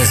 Ez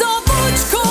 a bocskor!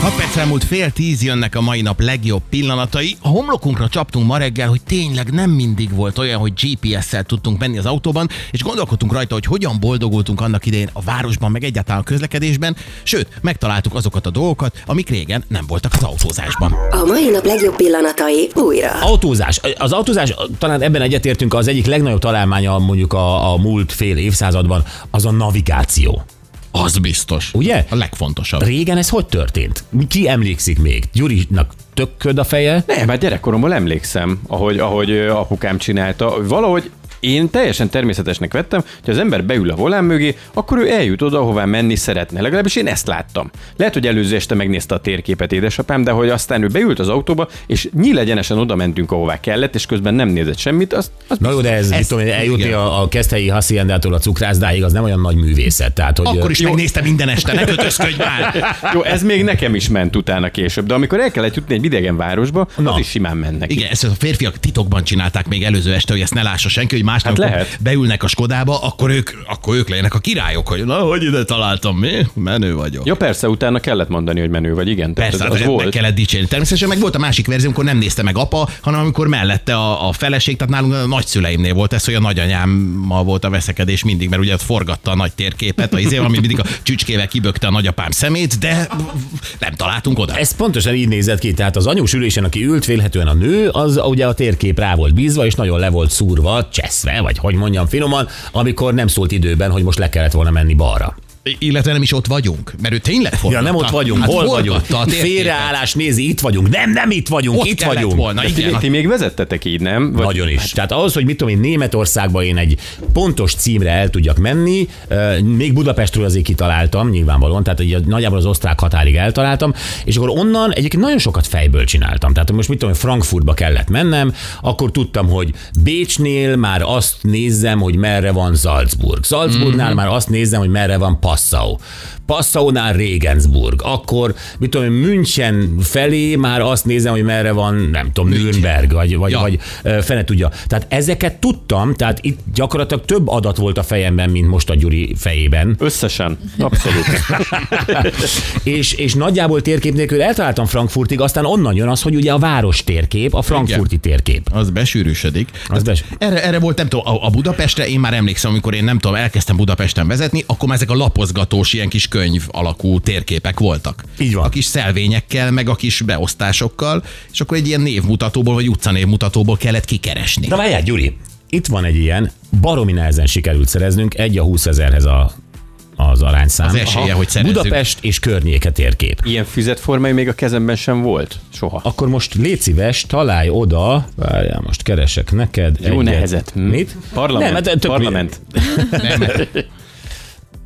6 perc elmúlt fél tíz jönnek a mai nap legjobb pillanatai. A homlokunkra csaptunk ma reggel, hogy tényleg nem mindig volt olyan, hogy GPS-szel tudtunk menni az autóban, és gondolkodtunk rajta, hogy hogyan boldogultunk annak idején a városban, meg egyáltalán a közlekedésben, sőt, megtaláltuk azokat a dolgokat, amik régen nem voltak az autózásban. A mai nap legjobb pillanatai újra. Autózás. Az autózás talán ebben egyetértünk az egyik legnagyobb találmánya mondjuk a, a múlt fél évszázadban, az a navigáció. Az biztos. Ugye? A legfontosabb. Régen ez hogy történt? Ki emlékszik még? Gyurinak tök köd a feje? Nem, már gyerekkoromban emlékszem, ahogy, ahogy ö, apukám csinálta. Valahogy én teljesen természetesnek vettem, hogy az ember beül a volán mögé, akkor ő eljut oda, ahová menni szeretne. Legalábbis én ezt láttam. Lehet, hogy előző este megnézte a térképet édesapám, de hogy aztán ő beült az autóba, és nyílegyenesen oda mentünk, ahová kellett, és közben nem nézett semmit, azt, azt Na jó, de ez, Ez- ez tudom, én, eljutni igen. a, a keszthelyi haciendától a cukrászdáig, az nem olyan nagy művészet. Tehát, hogy Akkor is Jó, megnézte minden este, ne kötözködj már! jó, ez még nekem is ment utána később, de amikor el kellett jutni egy idegen városba, Na. Na. az is simán mennek. Igen, ezt a férfiak titokban csinálták még előző este, hogy ezt ne lássa senki, hogy másnap Hát amikor lehet. beülnek a Skodába, akkor ők, akkor ők legyenek a királyok, hogy na, hogy ide találtam, mi? Menő vagyok. Ja, persze, utána kellett mondani, hogy menő vagy, igen. Tehát Persze, hát az, az meg volt. kellett dicsérni. Természetesen meg volt a másik verzió, amikor nem nézte meg apa, hanem amikor mellette a, a feleség, tehát nálunk a nagyszüleimnél volt ez, hogy a nagyanyámmal volt a veszekedés mindig, mert ugye ott forgatta a nagy térképet, a izével, amit mindig a csücskével kibökte a nagyapám szemét, de nem találtunk oda. Ez pontosan így nézett ki, tehát az anyós ülésen, aki ült vélhetően a nő, az ugye a térkép rá volt bízva, és nagyon le volt szúrva, cseszve, vagy hogy mondjam finoman, amikor nem szólt időben, hogy most le kellett volna menni balra. Illetve nem is ott vagyunk, mert ő tényleg Ja, forgatta. nem ott vagyunk, hát hol vagyunk? forgatta a térképet. Félreállás, nézi, itt vagyunk. Nem, nem itt vagyunk, Ott itt kellett vagyunk. volna, Hát. Ti, igen. ti még vezettetek így, nem? Vagy Nagyon is. Tehát ahhoz, hogy mit tudom én, Németországba én egy pontos címre el tudjak menni, euh, még Budapestről azért kitaláltam, nyilvánvalóan, tehát így a- nagyjából az osztrák határig eltaláltam, és akkor onnan egyébként nagyon sokat fejből csináltam. Tehát most mit tudom én, Frankfurtba kellett mennem, akkor tudtam, hogy Bécsnél már azt nézzem, hogy merre van Salzburg. Salzburgnál már azt nézzem, hogy merre van Passau. Passaunál Regensburg. Akkor, mit tudom én, München felé már azt nézem, hogy merre van, nem tudom, Nürnberg, vagy, vagy, Ja. ja. vagy ö, fene tudja. Tehát ezeket tudtam, tehát itt gyakorlatilag több adat volt a fejemben, mint most a Gyuri fejében. Összesen. Abszolút. És, és nagyjából térkép nélkül eltaláltam Frankfurtig, aztán onnan jön az, hogy ugye a város térkép, a frankfurti térkép. Az besűrűsödik. Tehát bes- Erre, erre volt, nem tudom, a, a Budapestre, én már emlékszem, amikor én nem tudom, elkezdtem Budapesten vezetni, akkor már ezek a lapozgatós ilyen kis könyv alakú térképek voltak. Így van. A kis szelvényekkel, meg a kis beosztásokkal, és akkor egy ilyen névmutatóból, vagy utcanévmutatóból kellett kikeresni. Na várjál, Gyuri, itt van egy ilyen, baromi nehezen sikerült szereznünk, egy a 20 ezerhez a az arányszám. Az esélye, hogy szerezzük. Budapest és környéke térkép. Ilyen füzetformájú még a kezemben sem volt. Soha. Akkor most légy szíves, találj oda, várjál, most keresek neked. Jó nehezet. Hm? Mit? Parlament. Nem, hát tök- Parlament. Nem,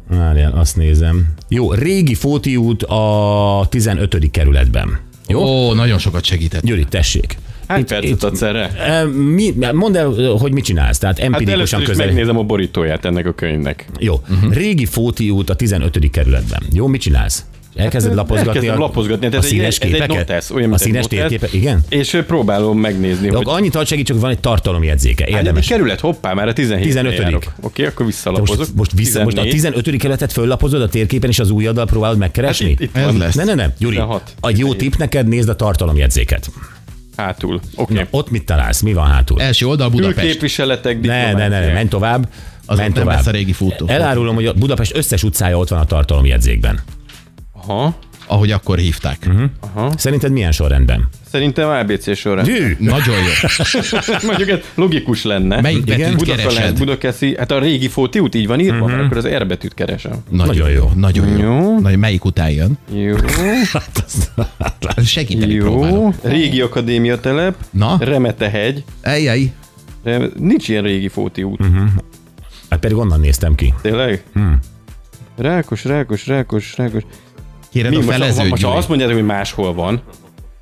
Várjál, azt nézem. Jó, régi Fóti út a 15. kerületben. Jó? Oh. Ó, nagyon sokat segített. Gyuri, tessék. Hány percet adsz erre? e, Mi, mondd el, hogy mit csinálsz, tehát Hát empirikusan először is közel. megnézem a borítóját ennek a könyvnek. Jó, Mhm. uh-huh. régi Fóti út a 15. kerületben. Jó, mit csinálsz? Elkezded lapozgatni, Hát Elkezdem a, lapozgatni. Hát a ez egy- színes ez képeket? Egy notesz, olyan, a mint egy színes notesz, térképe, igen? És ö, próbálom megnézni, Jó, hogy akkor annyit ad segítség, hogy van egy tartalomjegyzéke, Érdemes. érdemes. kerület, hoppá, már a 17 15.. járok. Oké, akkor Te visszalapozok. most, most, vissza, most a 14. 15. kerületet föllapozod a térképen, és az újaddal próbálod megkeresni? Hát itt- itt Ez van. lesz. Ne, ne, ne, Gyuri, 16. a jó tipp neked, nézd a tartalomjegyzéket. Hátul. Oké. Na, ott mit találsz? Mi van hátul? Első oldal Budapest. Külképviseletek, Ne, ne, ne, ne, menj tovább. Az menj ott nem tovább. lesz a régi futó. Elárulom, hogy a Budapest összes utcája ott van a tartalomjegyzékben. Aha. Ahogy akkor hívták. Uh-huh. Szerinted milyen sorrendben? Szerintem ABC során. Hű! Nagyon jó. Mondjuk ez logikus lenne. Melyik betűt keresed? Mhm. Budapest, Budakeszi, hát a régi Fóti út így van írva, uh-huh. akkor az R betűt keresem. Nagyon jó. Nagyon jó. Jó. Nagyon, melyik után jön? Jó, Segíteni jó. próbálok. Régi Akadémia telep, Na? Remetehegy, Ejjjj. de nincs ilyen régi Fóti út, Mhm. uh-huh. Hát pedig onnan néztem ki. tényleg? Rákos, rákos, rákos, rákos. Kéred Mi, Mhm. a most, ha, felezőt, most, ha Gyuri. azt mondjátok, hogy máshol van,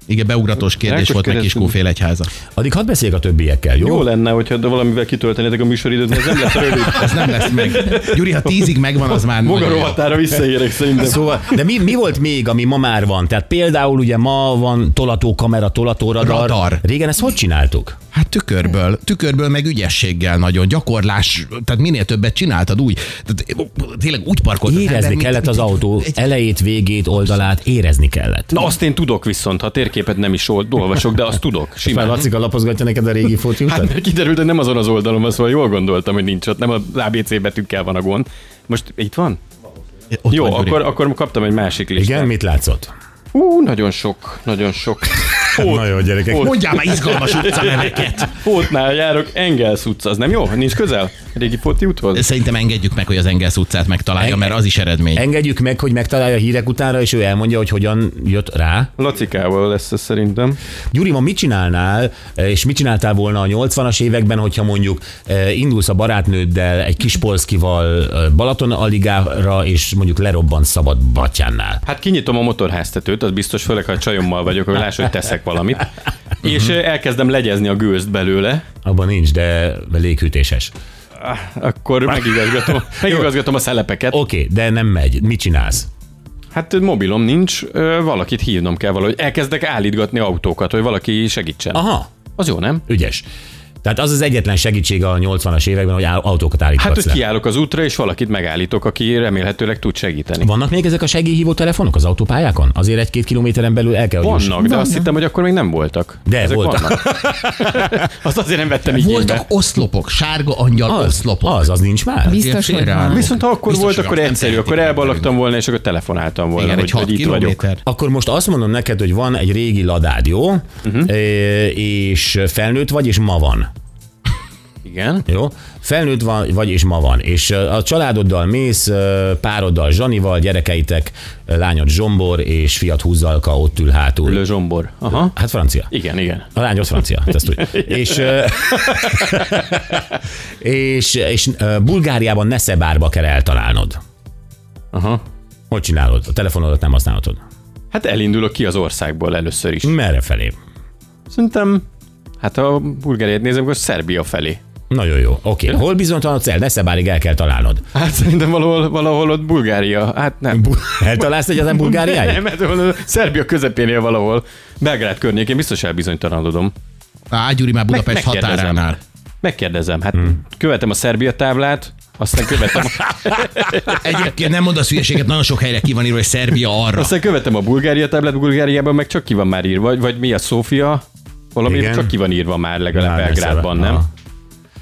Igen, beugratós kérdés Rákos volt meg keresztül. Kiskófél egyháza. Addig hadd beszéljek a többiekkel, jó? jó, lenne, hogyha de valamivel kitöltenétek a műsoridőt, mert ez nem lesz rövid. Ez nem lesz meg. Gyuri, ha tízig megvan, az már Maga nagyon jó. rovatára visszaérek szerintem. Szóval, de mi, mi volt még, ami ma már van? Tehát például ugye ma van tolatókamera, tolatóradar. Radar. Régen ezt hogy csináltuk? Hát tükörből, tükörből meg ügyességgel nagyon, gyakorlás, tehát minél többet csináltad úgy, tehát tényleg úgy parkoltad. Érezni kellett az autó elejét, végét, oldalát, érezni kellett. Na azt én tudok viszont, ha térképet nem is old- olvasok, de azt tudok. Már Simán. Lacika lapozgatja neked a régi fotókat? Hát mert kiderült, hogy nem azon az oldalon van, szóval jól gondoltam, hogy nincs ott, nem az ABC betűkkel van a gond. Most itt van? Ott Jó, vagy, Gyuri. akkor, akkor kaptam egy másik listát. Igen, mit látszott? Ú, nagyon sok, nagyon sok. Na jó, gyerekek. ott. Mondjál már izgalmas utcaneveket. Pótnál Hát, járok, Engels utca, az nem jó? Nincs közel? Régi Póti úthoz? Szerintem engedjük meg, hogy az Engels utcát megtalálja, mert az is eredmény. Engedjük meg, hogy megtalálja a hírek utára, és ő elmondja, hogy hogyan jött rá. Lacikával lesz ez szerintem. Gyuri, ma mit csinálnál, eh, és mit csináltál volna a 80-as években, hogyha mondjuk eh, indulsz a barátnőddel, egy kis polszkival eh, Balaton aligára, és mondjuk lerobbansz szabad batyánnál? Hát kinyitom a motorháztetőt, az biztos, főleg ha a csajommal vagyok, hogy láss, hogy teszek valamit. És eh, elkezdem legyezni a gőzt belőle, Abban nincs, de léghűtéses. akkor megigazgatom, megigazgatom a szelepeket. Oké, okay, de nem megy. Mit csinálsz? Hát mobilom nincs, ö, valakit hívnom kell valahogy. Elkezdek állítgatni autókat, hogy valaki segítsen. Aha, Az jó, nem? ügyes. Tehát az az egyetlen segítség a 80-as években, hogy á- autókat állítgatsz Hát, hogy le. kiállok az útra, és valakit megállítok, aki remélhetőleg tud segíteni. Vannak még ezek a segélyhívó telefonok az autópályákon? Azért egy-két kilométeren belül el kell, hogy juss. Vannak, de azt hittem, hogy akkor még nem voltak. De voltak. Vannak. azt azért nem vettem Voltak igénybe. oszlopok, sárga angyal Az, oszlopok. az, az nincs már. Biztos, hogy Félreálló. van. Viszont ha akkor Biztos, volt, hogy akkor azt nem egyszerű, tehetik akkor meg. elballagtam volna, és akkor telefonáltam volna, Igen, egy hogy, 6 hogy itt vagyok. kilométer. Akkor most azt mondom neked, hogy van egy régi ladád, jó? Uh-huh. És felnőtt vagy, és ma van. Igen. Jó? Felnőtt van, vagy, és ma van. És ö, a családoddal mész, ö, pároddal, Zsanival, gyerekeitek, ö, lányod Zsombor, és fiat Húzalka ott ül hátul. Le Zsombor. Aha. Hát francia. Igen, igen. A lány ott francia, ezt tudjuk. és, ö, és, és ö, Bulgáriában Neszebárba kell eltalálnod. Aha. Hogy csinálod? A telefonodat nem használhatod. Hát elindulok ki az országból először Mm. is. Merre felé? Szerintem, hát ha a Bulgáriát nézem, akkor Szerbia felé. Nagyon jó. Oké. Okay. Hol bizonytalan a cél? Neszebárig el kell találnod. Hát szerintem valahol, valahol ott Bulgária. Hát nem. Eltalálsz egyáltalán Bulgáriáig? Nem, hát valahol Szerbia közepénél valahol. Belgrád környékén biztos elbizonytalanodom. Á, Gyuri már Budapest Meg- megkérdezem. határánál. Megkérdezem, hát hmm. követem a Szerbia táblát, aztán követem, Egyébként nem mondasz hülyeséget, nagyon sok helyre ki van írva, hogy Szerbia arra. aztán követem a Bulgária táblát, Bulgáriában meg csak ki van már írva, vagy mi a Szófia, valami Igen. csak ki van írva már legalább Már Ah, Belgrádban, Neszebe. nem? Aha.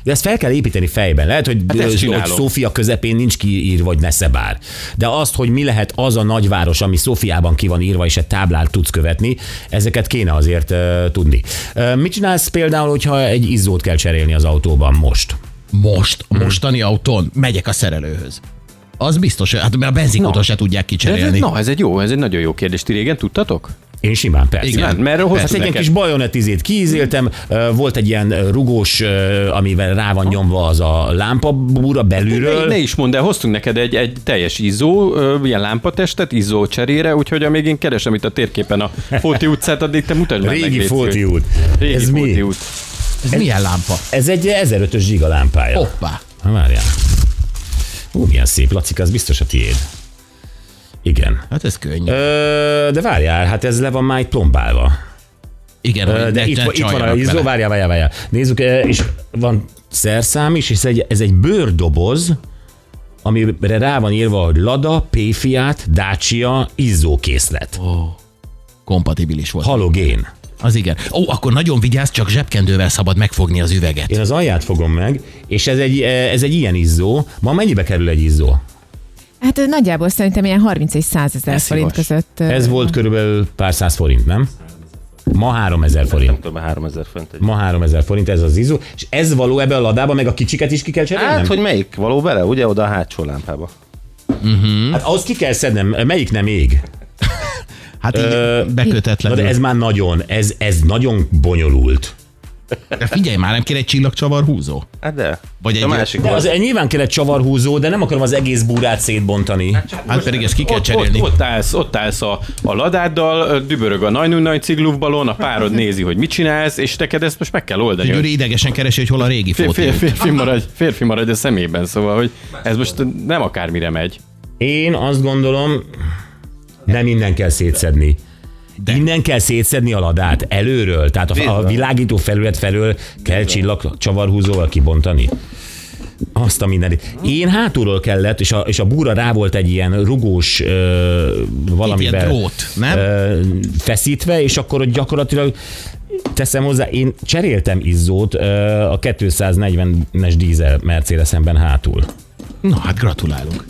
De ezt fel kell építeni fejben. Lehet, hogy, Hát ezt hogy csinálom. Szófia közepén nincs kiírva, hogy Neszebár. De azt, hogy mi lehet az a nagyváros, ami Szófiában ki van írva, és egy táblát tudsz követni, ezeket kéne azért uh, tudni. Uh, mit csinálsz például, hogyha egy izzót kell cserélni az autóban most? Most, a mostani autón megyek a szerelőhöz. Az biztos, hát mert a benzinkúton se tudják De ez, kicserélni. na, ez egy jó, ez egy nagyon jó kérdés. Ti régen tudtatok? Én simán, persze. Igen. Hát, mert ahhoz Hát egy ilyen neked- kis bajonetizét kiízéltem, ö, volt egy ilyen ö, rugós, ö, amivel rá van nyomva az a lámpabúra ne, ne belülről. is mondd el, hoztunk neked egy, egy teljes izzó, ö, ilyen lámpatestet, izzó cserére, úgyhogy amíg én keresem itt a térképen a Fóti utcát, addig te mutasd már meg, Régi légy Fóti szíves. út. Régi Ez Fóti mi? út. Ez milyen lámpa? Ez egy 1005-ös gigalámpája. Hoppá. Na, Várjál. Ú, milyen szép, Lacika, az biztos a tiéd. Igen. Hát ez könnyű. Ö, de várjál, hát ez le van már itt plombálva. Igen, Ö, hogy De ne- itt, ne van- itt van a csaljanak izzó, vele. várjál, várjál, várjál. Nézzük, ö, és van szerszám is, és ez egy, ez egy bőrdoboz, amire rá van írva, hogy Lada, P-Fiat, Dacia, izzókészlet. Kompatibilis volt. Halogén. Az igen. Ó, akkor nagyon vigyázz, csak zsebkendővel szabad megfogni az üveget. Én az alját fogom meg, és ez egy, e, ez egy ilyen izzó. Ma mennyibe kerül egy izzó? Hát ö, nagyjából szerintem ilyen 30 és 100 ezer Ez forint szívas. között. ö, Ez volt körülbelül pár száz forint, nem? Ma 3000 forint. tudom, 3000 font egy. Ma 3000 forint ez az izzó, és ez való ebbe a ladába, meg a kicsiket is ki kell cserélnem? Hát, hogy melyik való vele, ugye oda a hátsó lámpába. hát ahhoz ki kell szednem, melyik nem ég? Hát így Na, bekötetlenül. de ez már nagyon, ez, ez nagyon bonyolult. De figyelj már, nem kér egy csillagcsavar húzó? Hát de. Vagy De egy- a másik De volt. az, nyilván kell egy csavarhúzó, de nem akarom az egész búrát szétbontani. Hát pedig ezt ki kell Ott, ott, cserélni. ott, állsz, ott állsz a, a ladáddal, ö, dübörög a najnunaj ciglufbalon, a párod nézi, hogy mit csinálsz, és neked ezt most meg kell oldani. Gyuri hogy idegesen keresi, hogy hol a régi Fér, fóti. fér, férfi, maradj, férfi maradj a szemében, szóval, hogy ez most nem akármire megy. Én azt gondolom, nem innen kell szétszedni. De. Innen kell szétszedni a ladát, előről, tehát a, a Bizony. világító felület felől kell csillag csavarhúzóval kibontani. Azt a mindenit. Én hátulról kellett, és a, és a búra rá volt egy ilyen rugós ö, valamivel ilyen drót, nem? Ö, feszítve, és akkor ott gyakorlatilag teszem hozzá, én cseréltem izzót ö, a 240-es dízel Mercedesemben hátul. Na hát gratulálunk.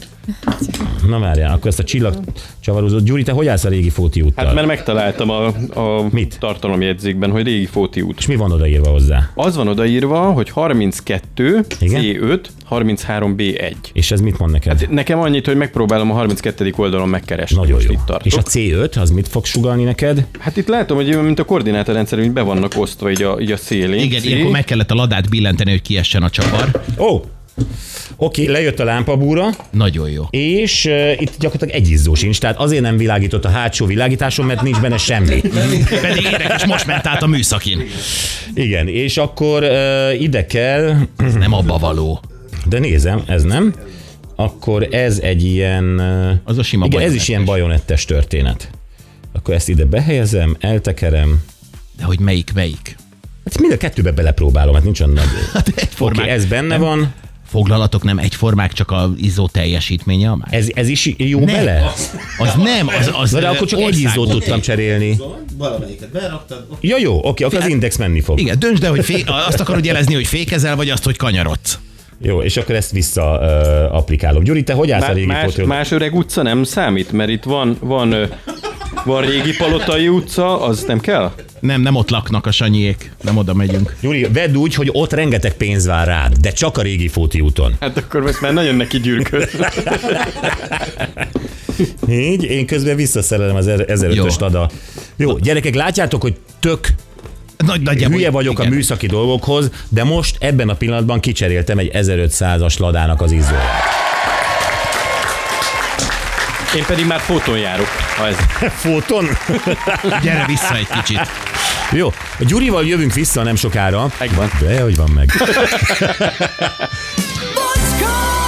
Na várjál, akkor ezt a csillagcsavarózót. Gyuri, te hogy állsz a régi Fóti úttal? Hát mert megtaláltam a, a Mit? tartalomjegyzékben, hogy régi Fóti út. És mi van odaírva hozzá? Az van odaírva, hogy 32 Igen? C5, 33 B1. És ez mit mond neked? Nekem annyit, hogy megpróbálom a 32. oldalon megkeresni. Nagyon most jó. Itt tartok. És a C5, az mit fog sugalni neked? Hát itt látom, hogy mint a koordinátorrendszer, hogy be vannak osztva így a, így a szélén. Igen, C. ilyenkor meg kellett a ladát billenteni, hogy kiessen a csavar. Ó, oh, oké, lejött a lámpabúra, Nagyon jó. és uh, itt gyakorlatilag egy izzó sincs, tehát azért nem világított a hátsó világításon, mert nincs benne semmi. Pedig érdekes, most ment át a műszakin. Igen, és akkor uh, ide kell, Ez nem abba való. de nézem, ez nem, akkor ez egy ilyen... Uh, Az a sima igen, ez bajonettes. is ilyen bajonettes történet. Akkor ezt ide behelyezem, eltekerem, De hogy melyik melyik? Hát mind a kettőbe belepróbálom, hát nincs olyan nagy. Hát Oké, egyformák. okay, ez benne nem. van, Foglalatok nem egyformák, csak az izó teljesítménye a más. ez, ez is jó Nem. bele? Az nem, az, az Na de akkor csak egy országos. izzót tudtam cserélni. valamelyiket beraktad, oké. Ja jó, oké, akkor az index menni fog. Igen, döntsd el, hogy fé... azt akarod jelezni, hogy fékezel, vagy azt, hogy kanyarodsz. Jó, és akkor ezt vissza uh, applikálom. Gyuri, te hogy állsz a Má- régi más, fotóról? más öreg utca nem számít, mert itt van, van, ö, van régi palotai utca, az nem kell? Nem, nem ott laknak a sanyiék, nem oda megyünk. Gyuri, vedd úgy, hogy ott rengeteg pénz vár rád, de csak a régi fóti úton. Hát akkor most már nagyon neki gyűrköd. Így, én közben visszaszerelem az er- 1005-ös Jó. lada. Jó, gyerekek, látjátok, hogy tök Nagy, nagyjából, hülye vagyok a műszaki dolgokhoz, de most ebben a pillanatban kicseréltem egy 1500-as ladának az izzóját. Én pedig már fotón járok. Ha ez. Fóton? Gyere vissza egy kicsit. Jó, a Gyurival jövünk vissza nem sokára. Megvan. De hogy van meg. Bocskor!